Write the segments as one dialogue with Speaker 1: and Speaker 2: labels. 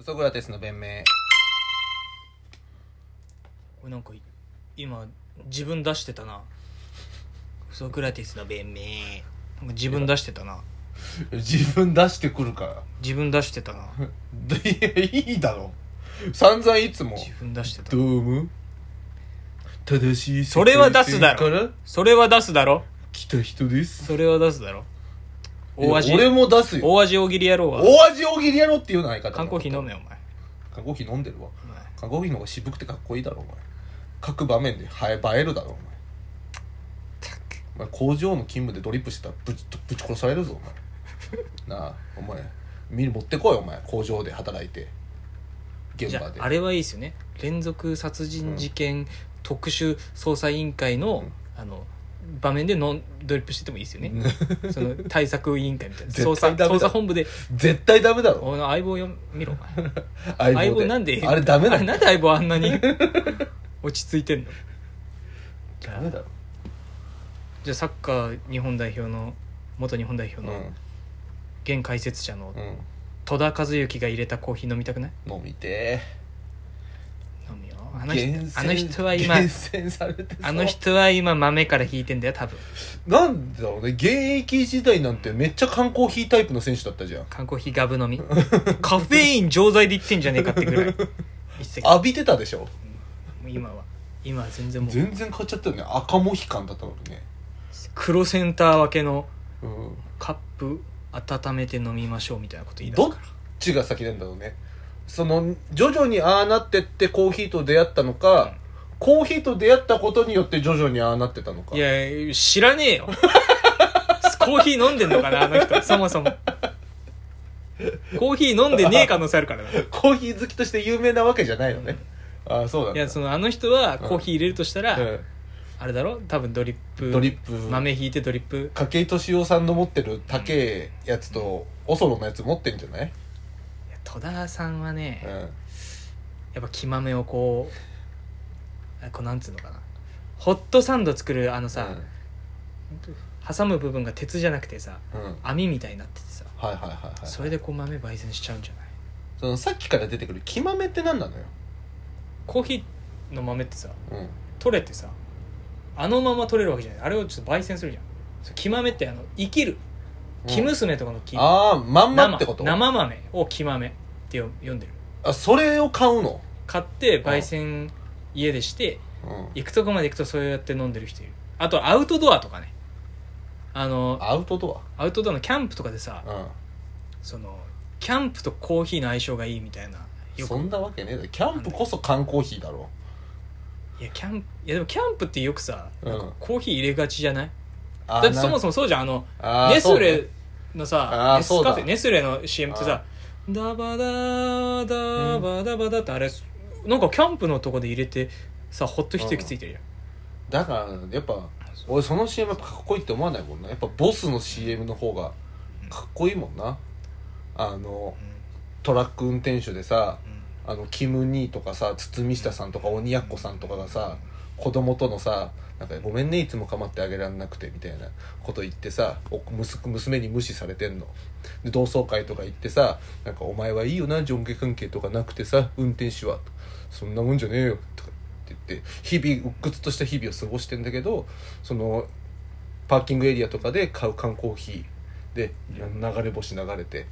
Speaker 1: ソクラテスの弁明
Speaker 2: 俺なんかい今自分出してたなソクラテスの弁明なんか自分出してたな
Speaker 1: 自分出してくるから
Speaker 2: 自分出してたな
Speaker 1: いやいいだろ散々いつも
Speaker 2: 自分出してた
Speaker 1: ドーム正しい
Speaker 2: それは出すだ
Speaker 1: 世界線
Speaker 2: ろ
Speaker 1: から
Speaker 2: それは出すだろ
Speaker 1: 来た人です
Speaker 2: それは出すだろ大味
Speaker 1: いや俺も出すよ
Speaker 2: 大味大喜利野郎は
Speaker 1: 大味大喜利やろって言うな相方
Speaker 2: 缶コーヒー飲めお前
Speaker 1: 缶コーヒー飲んでるわ
Speaker 2: お前
Speaker 1: 缶コーヒーの方が渋くてかっこいいだろお前各場面で映え映えるだろお前
Speaker 2: ったく
Speaker 1: お前工場の勤務でドリップしてたらぶちぶち殺されるぞお 前なあお前見る持ってこいお前工場で働いて現
Speaker 2: じ
Speaker 1: 場
Speaker 2: ゃ
Speaker 1: で
Speaker 2: ああれはいいですよね連続殺人事件特殊捜査委員会の,、あの場面でノンドリップしててもいいですよね、その対策委員会みたいな
Speaker 1: 絶対
Speaker 2: 捜査
Speaker 1: ダメだ
Speaker 2: 捜査本部で
Speaker 1: 絶対ダメだ
Speaker 2: 「
Speaker 1: ろ
Speaker 2: おの相棒よ見ろお前
Speaker 1: 相
Speaker 2: 相
Speaker 1: 棒
Speaker 2: 棒
Speaker 1: で
Speaker 2: なんで
Speaker 1: あれダメだ
Speaker 2: れ
Speaker 1: ろ
Speaker 2: なんで相棒あん なに落ち着いてんの
Speaker 1: ダメだろ
Speaker 2: じゃあサッカー日本代表の元日本代表
Speaker 1: うん
Speaker 2: の現解説者の
Speaker 1: うん
Speaker 2: 戸田和幸が入れたコーヒー飲みたくない
Speaker 1: 飲みて
Speaker 2: 飲むよ
Speaker 1: え
Speaker 2: あの人あの人は今
Speaker 1: 厳選されてそう
Speaker 2: あの人は今豆から引いてんだよ多 分
Speaker 1: なんだろうね現役時代なんてめっちゃ缶コーヒータイプの選手だったじゃん
Speaker 2: 缶コーヒーガブ飲みカフェイン錠剤で言ってんじゃねえかって ぐらい一席も
Speaker 1: 浴びてたでしょ
Speaker 2: う今は今は全然もう
Speaker 1: 全然買っちゃったよね赤モヒカンだったのにね
Speaker 2: 黒センター分けの
Speaker 1: うん
Speaker 2: カップ温めて飲みましょうみたいなこと言い出す
Speaker 1: どっ
Speaker 2: か
Speaker 1: ちが先なんだろうねその徐々にああなってってコーヒーと出会ったのか、コーヒーと出会ったことによって徐々にああなってたのから
Speaker 2: いや知らねえよ コーヒー飲んでんのかなあの人そもそもコーヒー飲んでねえ可能性あるからない
Speaker 1: コーヒー好きとして有名なわけじゃないのね、ああそうなんだ
Speaker 2: やそのあの人はコーヒー入れるとしたら、
Speaker 1: うん
Speaker 2: あれだろ多分ドリップ
Speaker 1: ドリップ
Speaker 2: 豆引いてドリップ
Speaker 1: 筧敏夫さんの持ってる高えやつとおそろのやつ持ってんじゃない、
Speaker 2: いや戸田さんはね、
Speaker 1: うん、
Speaker 2: やっぱ木豆をこうあこうなんつうのかなホットサンド作るあのさ、挟む部分が鉄じゃなくてさ
Speaker 1: うん、うん、はい
Speaker 2: 網みたいになっててさ、
Speaker 1: はいはいはい
Speaker 2: それでこう豆焙煎しちゃうんじゃない
Speaker 1: そのさっきから出てくる木豆って何なのよ、
Speaker 2: コーヒーの豆ってさ
Speaker 1: うん、
Speaker 2: 取れてさあのまま取れるわけじゃないあれをちょっと焙煎するじゃんそう木豆ってあの生きる木娘とかの木、
Speaker 1: ああまんま
Speaker 2: 生
Speaker 1: ってこと
Speaker 2: 生豆を木豆ってよ読んでる
Speaker 1: あそれを買うの、
Speaker 2: 買って焙煎家でして、
Speaker 1: うん、
Speaker 2: 行くとこまで行くとそうやって飲んでる人いるあとアウトドアとかねあの
Speaker 1: アウトド
Speaker 2: アウトドアのキャンプとかでさ
Speaker 1: ア、うん
Speaker 2: そのキャンプとコーヒーの相性がいいみたいなよく
Speaker 1: そんなわけねえだろキャンプこそ缶コーヒーだろ
Speaker 2: いやキャンいやでもキャンプってよくさ、
Speaker 1: うん
Speaker 2: なんかコーヒー入れがちじゃない
Speaker 1: だ
Speaker 2: だってそも
Speaker 1: そ
Speaker 2: そもそうじゃんあの
Speaker 1: も
Speaker 2: ネスレの
Speaker 1: あ
Speaker 2: さ
Speaker 1: ー
Speaker 2: ネス
Speaker 1: そう
Speaker 2: カ
Speaker 1: だ
Speaker 2: フェネスレの CM ってさダバダダバダバダってあれ、なんかキャンプのとこで入れてさほっと一息ついてるじゃん
Speaker 1: だからやっぱ俺その CM やっぱかっこいいって思わないもんなやっぱボスの CM の方がかっこいいもんなあのトラック運転手でさあのキム・ニーとかさ堤下さんとか鬼奴さんとかがさ子供とのさなんかごめんねいつも構ってあげられなくてみたいなこと言ってさお息娘に無視されてんので同窓会とか行ってさ「なんかお前はいいよな上下関係とかなくてさ運転手は」そんなもんじゃねえよ」とかって言って日々鬱屈とした日々を過ごしてんだけどそのパーキングエリアとかで買う缶コーヒーで流れ星流れて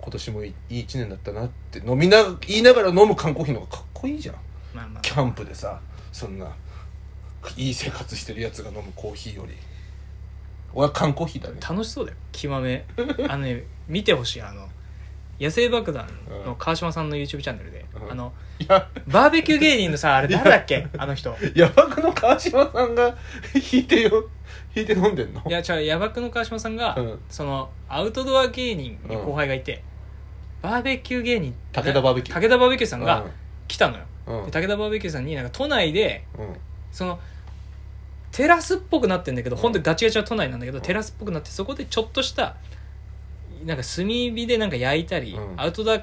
Speaker 1: 今年もいい1年だったなって飲みな言いながら飲む缶コーヒーの方がかっこいいじゃん
Speaker 2: まあまあ
Speaker 1: キャンプでさそんないい生活してるやつが飲むコーヒーより俺は缶コーヒーだね
Speaker 2: 楽しそうだよきまめあのね見てほしいあの野生爆弾の川島さんの YouTube チャンネルで、
Speaker 1: うん
Speaker 2: あの
Speaker 1: いや
Speaker 2: バーベキュー芸人のさあれ誰だ っけあの人
Speaker 1: ヤバくの川島さんが引いてよ引いて飲んでんの
Speaker 2: いや違うヤバくの川島さんが、
Speaker 1: うん
Speaker 2: そのアウトドア芸人に後輩がいて、バーベキュー芸人
Speaker 1: 武田バーベキュー
Speaker 2: 武田バーベキューさんが来たのよ、
Speaker 1: うんうん
Speaker 2: で武田バーベキューさんになんか都内で
Speaker 1: うん
Speaker 2: そのテラスっぽくなってんだけど本当にガチガチの都内なんだけど、テラスっぽくなってそこでちょっとしたなんか炭火でなんか焼いたり、
Speaker 1: うん
Speaker 2: アウトドア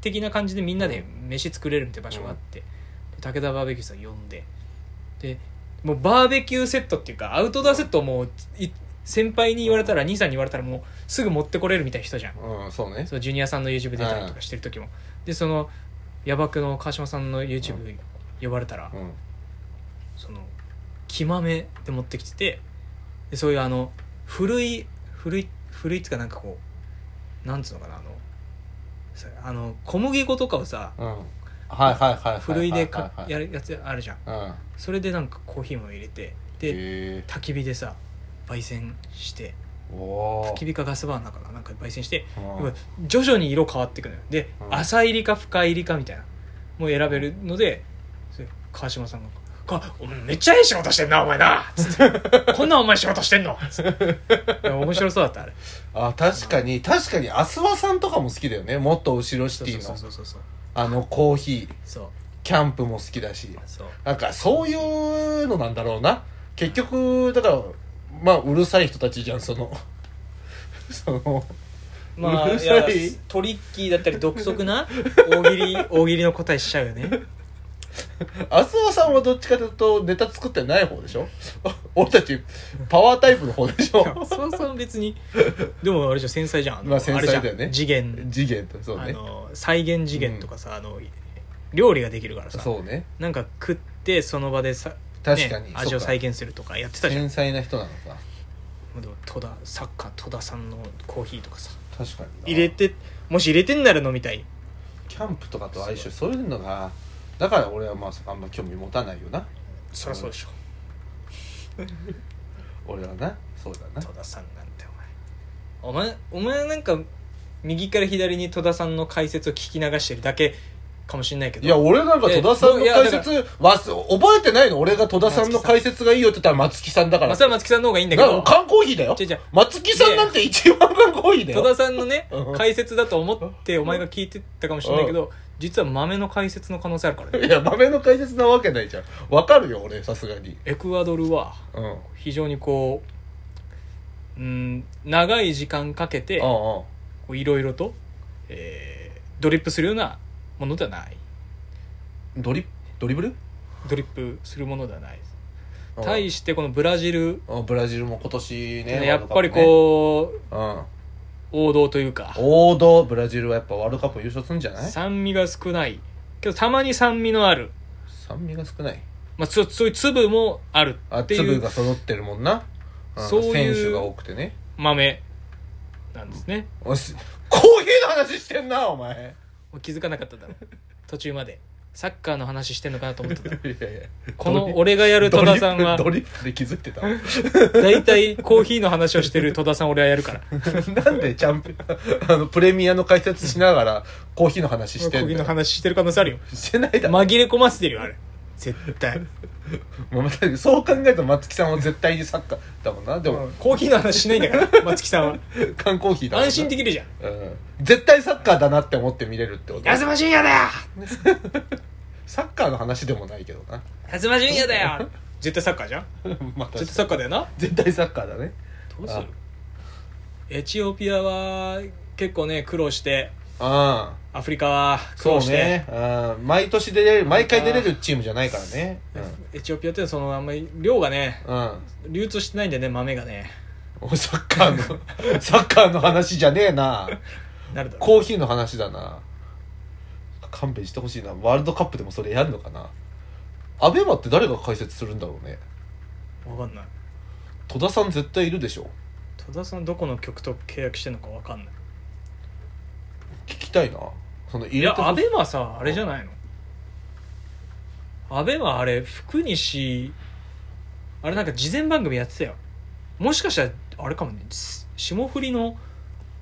Speaker 2: 的な感じでみんなで飯作れるみたいな場所があって、で武田バーベキューさん呼んででもうバーベキューセットっていうかアウトドアセットをもうい先輩に言われたら兄さんに言われたらもうすぐ持ってこれるみたいな人じゃん、
Speaker 1: うんそうね
Speaker 2: そうジュニアさんの YouTube 出たりとかしてる時も、でその野爆の川島さんの YouTube 呼ばれたら、
Speaker 1: うん
Speaker 2: その木豆で持ってきててでそういうあの古い古い古いっていうかなんかこうなんつうのかなあのさあの小麦粉とかをさ
Speaker 1: うんはいはいはいはい
Speaker 2: ふるいでか
Speaker 1: はいはい
Speaker 2: やるやつあるじゃん
Speaker 1: うん
Speaker 2: それでなんかコーヒーも入れてで
Speaker 1: へえ
Speaker 2: 焚き火でさ焙煎して
Speaker 1: おー
Speaker 2: 焚き火かガスバーナーかななんか焙煎して
Speaker 1: うん
Speaker 2: やっぱ徐々に色変わっていくのよで、
Speaker 1: うん
Speaker 2: 浅入りか深入りかみたいなもう選べるのでそれ川島さんが「かお前めっちゃいい仕事してんなお前な」つって「こんなお前仕事してんの」つって面白そうだったあれ
Speaker 1: あ確かに確かにアスワさんとかも好きだよねもっと後ろシ
Speaker 2: そ
Speaker 1: テ
Speaker 2: う
Speaker 1: ィ
Speaker 2: そう
Speaker 1: の
Speaker 2: そうそうそう
Speaker 1: あのコーヒー
Speaker 2: そう
Speaker 1: キャンプも好きだし
Speaker 2: そう
Speaker 1: なんかそういうのなんだろうな結局だからまあうるさい人たちじゃんその そのう
Speaker 2: まあ
Speaker 1: る
Speaker 2: い
Speaker 1: さい
Speaker 2: やトリッキーだったり独 特な大喜利大喜利の答えしちゃうよね
Speaker 1: 麻生さんはどっちかというとネタ作ってない方でしょ 俺たちパワータイプの方でし
Speaker 2: いや
Speaker 1: ょ
Speaker 2: そうそう別にでもあれじゃん繊細じゃんあの
Speaker 1: まあ繊細だよね
Speaker 2: あれじゃん次元
Speaker 1: 次元とそう
Speaker 2: あ
Speaker 1: ね
Speaker 2: の再現次元とかさ、あの料理ができるからさ
Speaker 1: そうね
Speaker 2: なんか食ってその場でさ
Speaker 1: 確かにそ
Speaker 2: ね
Speaker 1: っか
Speaker 2: 味を再現するとかやってたじゃん
Speaker 1: 繊細な人なのか
Speaker 2: でも戸田サッカー戸田さんのコーヒーとかさ
Speaker 1: 確かに
Speaker 2: 入れ
Speaker 1: な
Speaker 2: てもし入れてんなら飲みたい
Speaker 1: キャンプとかと相性そういうのがだから俺はまああんま興味持たないよな
Speaker 2: そりゃそうでしょ、
Speaker 1: 俺はなそうだな
Speaker 2: 戸田さんなんてお前お前お前なんか右から左に戸田さんの解説を聞き流してるだけかもしれないけど
Speaker 1: いや俺なんか戸田さんの
Speaker 2: いやいや
Speaker 1: 解説わす覚えてないの俺が戸田さんの解説がいいよって言ったら松木さんだから
Speaker 2: 松山松木さんの方がいいんだけ
Speaker 1: な
Speaker 2: ど
Speaker 1: 缶コーヒーだよ
Speaker 2: 違う違う
Speaker 1: 松木さんなんて一番缶コーヒーだ
Speaker 2: 戸
Speaker 1: よ
Speaker 2: 田さんのね
Speaker 1: うん
Speaker 2: 解説だと思ってお前が聞いてたかもしれないけど実は豆の解説の可能性あるからね
Speaker 1: いや豆の解説なわけないじゃんわかるよ俺さすがに
Speaker 2: エクアドルは
Speaker 1: うんうん
Speaker 2: 非常にこう、うん、長い時間かけて
Speaker 1: うん
Speaker 2: こういろいろと、えードリップするようなものではない
Speaker 1: ドリドリブル
Speaker 2: ドリップするものではないです
Speaker 1: うん
Speaker 2: 対してこのブラジル、
Speaker 1: うんブラジルも今年ね
Speaker 2: やっぱりこう、
Speaker 1: ワールドカップね
Speaker 2: 王道というか
Speaker 1: うん王道ブラジルはやっぱワールドカップ優勝するんじゃない
Speaker 2: 酸味が少ないけどたまに酸味のある、
Speaker 1: 酸味が少ない
Speaker 2: まあ、そそういう粒もある
Speaker 1: あ
Speaker 2: ってい
Speaker 1: 粒
Speaker 2: う
Speaker 1: が揃ってるもんな、うん
Speaker 2: そういう
Speaker 1: 選手が多くてね
Speaker 2: 豆なんですね
Speaker 1: おいしコーヒーの話してんなお前
Speaker 2: もう気づかなかっただろ途中までサッカーの話してんのかなと思ってた
Speaker 1: いやいや
Speaker 2: この俺がやる戸田さんは
Speaker 1: ドリップドリップで気づいてた
Speaker 2: 大体コーヒーの話をしてる戸田さん俺はやるから
Speaker 1: なんでチャンピ あのプレミアの解説しながらコーヒーの話
Speaker 2: コ
Speaker 1: して
Speaker 2: ー
Speaker 1: ん
Speaker 2: ヒー
Speaker 1: の
Speaker 2: の話してる可能性あるよ
Speaker 1: してないだろ、
Speaker 2: 紛れ込ませてるよあれ絶 対
Speaker 1: もうまたそう考えると松木さんは絶対にサッカーだもんなでも、
Speaker 2: コーヒーの話しないんだ から松木さんは
Speaker 1: 缶コーヒーだもんな
Speaker 2: 安心できるじゃん
Speaker 1: うん絶対サッカーだなって思って見れるってこと
Speaker 2: 東純也だよ
Speaker 1: サッカーの話でもないけど な
Speaker 2: 東純也だよ絶対サッカーじゃん
Speaker 1: まあ
Speaker 2: 絶対サッカーだよな
Speaker 1: 絶対サッカーだね
Speaker 2: ど
Speaker 1: うする
Speaker 2: エチオピアは結構ね苦労して
Speaker 1: ああ
Speaker 2: アフリカは苦
Speaker 1: そう
Speaker 2: 労して、
Speaker 1: ねあー毎年出れる毎回出れるチームじゃないからね
Speaker 2: エチオピアってそのあんまり量がね
Speaker 1: うん、うん
Speaker 2: 流通してないんだよね豆がね
Speaker 1: おサッカーのサッカーの話じゃねえな
Speaker 2: なるだろ
Speaker 1: コーヒーの話だな勘弁してほしいなワールドカップでもそれやるのかなアベマって誰が解説するんだろうね
Speaker 2: う分かんない
Speaker 1: 戸田さん絶対いるでしょ
Speaker 2: 戸田さんどこの局と契約してんのか分かんない
Speaker 1: 聞きたいなその入
Speaker 2: い
Speaker 1: れ
Speaker 2: や
Speaker 1: て
Speaker 2: アベマさあれじゃないのアベマあれ福西あれなんか事前番組やってたよもしかしたらあれかもねす霜降りの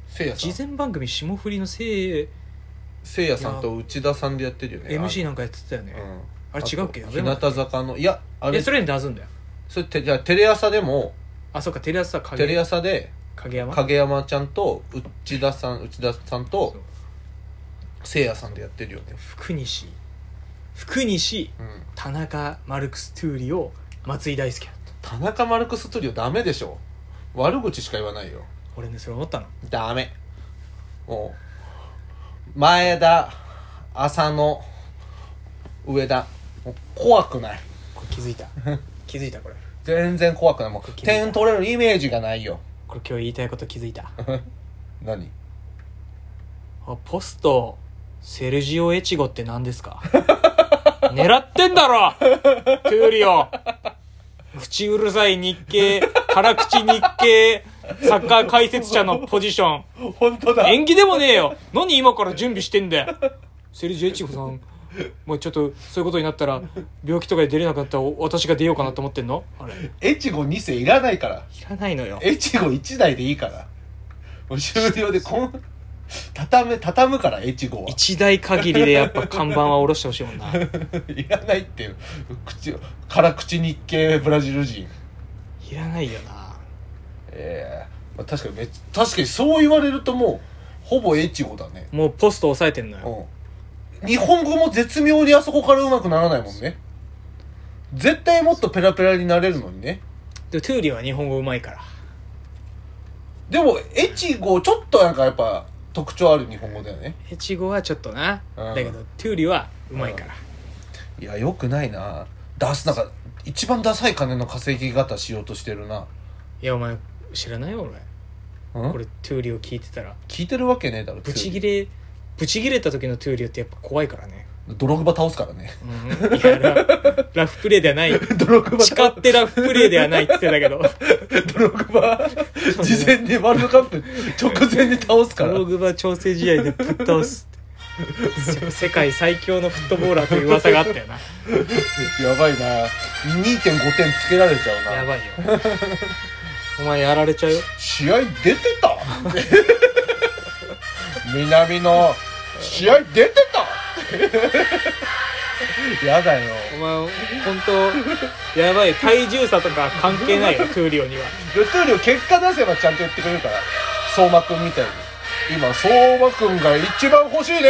Speaker 1: せいやさん
Speaker 2: 事前番組霜降りのせい
Speaker 1: せいやさんと内田さんでやってるよね
Speaker 2: MC なんかやってたよね
Speaker 1: あのうん
Speaker 2: あれ違うっけ
Speaker 1: あ
Speaker 2: ア
Speaker 1: と
Speaker 2: ベ
Speaker 1: 日
Speaker 2: マ
Speaker 1: 向坂のいやあ
Speaker 2: え
Speaker 1: れ
Speaker 2: そ
Speaker 1: そ
Speaker 2: れに出すんだよ
Speaker 1: れてじゃあテレ朝でも
Speaker 2: あそうかテレ朝影
Speaker 1: テレ朝で
Speaker 2: 影山
Speaker 1: 影山ちゃんと内田さん内田さんと
Speaker 2: そう
Speaker 1: せいやさんでやってるよね
Speaker 2: 福西福西
Speaker 1: うん
Speaker 2: 田中マルクス・トゥーリを松井大輔だった
Speaker 1: 田中マルクストリオダメでしょ悪口しか言わないよ
Speaker 2: 俺ねそれ思ったの
Speaker 1: ダメもう前田浅野上田もう怖くない
Speaker 2: これ気 づいた気づいたこれ
Speaker 1: 全然怖くないもう
Speaker 2: 気づいた
Speaker 1: 点取れるイメージがないよ
Speaker 2: これ今 日言いたいこと気づいた
Speaker 1: 何
Speaker 2: あポストセルジオ・エチゴって何ですか 狙ってんだろトゥーリオ口うるさい日系辛口日系サッカー解説者のポジション
Speaker 1: 本当だ
Speaker 2: 縁起でもねえよ何今から準備してんだよセルジオ・エチゴさんもうちょっとそういうことになったら病気とかで出れなくなったらお私が出ようかなと思ってんのあれい
Speaker 1: エチゴ2世いらないから
Speaker 2: らないのよ
Speaker 1: エチゴ1台でいいからもう終了でこん畳め畳むからエチゴは
Speaker 2: 一台限りでやっぱ看板は下ろしてほしいもんない
Speaker 1: いらないっていう口辛口日系ブラジル人
Speaker 2: らないよな
Speaker 1: ええまあ、確かにめっち確かにそう言われるともうほぼエチゴだね
Speaker 2: もうポスト押さえてんのよ
Speaker 1: うん日本語も絶妙にあそこからうまくならないもんね絶対もっとペラペラになれるのにね
Speaker 2: でもトゥーリーは日本語うまいから
Speaker 1: でもエチゴちょっとなんかやっぱ特徴ある日本語だよね
Speaker 2: エチゴはちょっとな、
Speaker 1: うん
Speaker 2: だけどトゥーリーはうまいから、
Speaker 1: いやよくないな出すなんか一番ダサい金の稼ぎ方しようとしてるない
Speaker 2: やお前知らないよ俺
Speaker 1: うん
Speaker 2: これトゥーリーを聞いてたら
Speaker 1: 聞いてるわけねえだろ
Speaker 2: ブチギ
Speaker 1: レ
Speaker 2: レブチギレた時のトゥーリーってやっぱ怖いからね、
Speaker 1: ドログバ倒すからね
Speaker 2: うん、いやララフプレーではない
Speaker 1: ドログバ
Speaker 2: 誓ってラフプレーではないって言ってたけど
Speaker 1: ドログ バ事前にワールドカップ直前に倒すか
Speaker 2: ド
Speaker 1: ら
Speaker 2: ログバ調整試合でぶっ倒すって世界最強のフットボーラーという噂があったよな
Speaker 1: やばいな2.5点つけられちゃうな
Speaker 2: やばいよお前やられちゃうよ
Speaker 1: 試合出てた 南の試合出てた やだよ
Speaker 2: お前本当やばい体重差とか関係ないよトゥーリオには
Speaker 1: ルトゥーリオ結果出せばちゃんと言ってくれるから相馬くんみたいに今相馬くんが一番欲しいね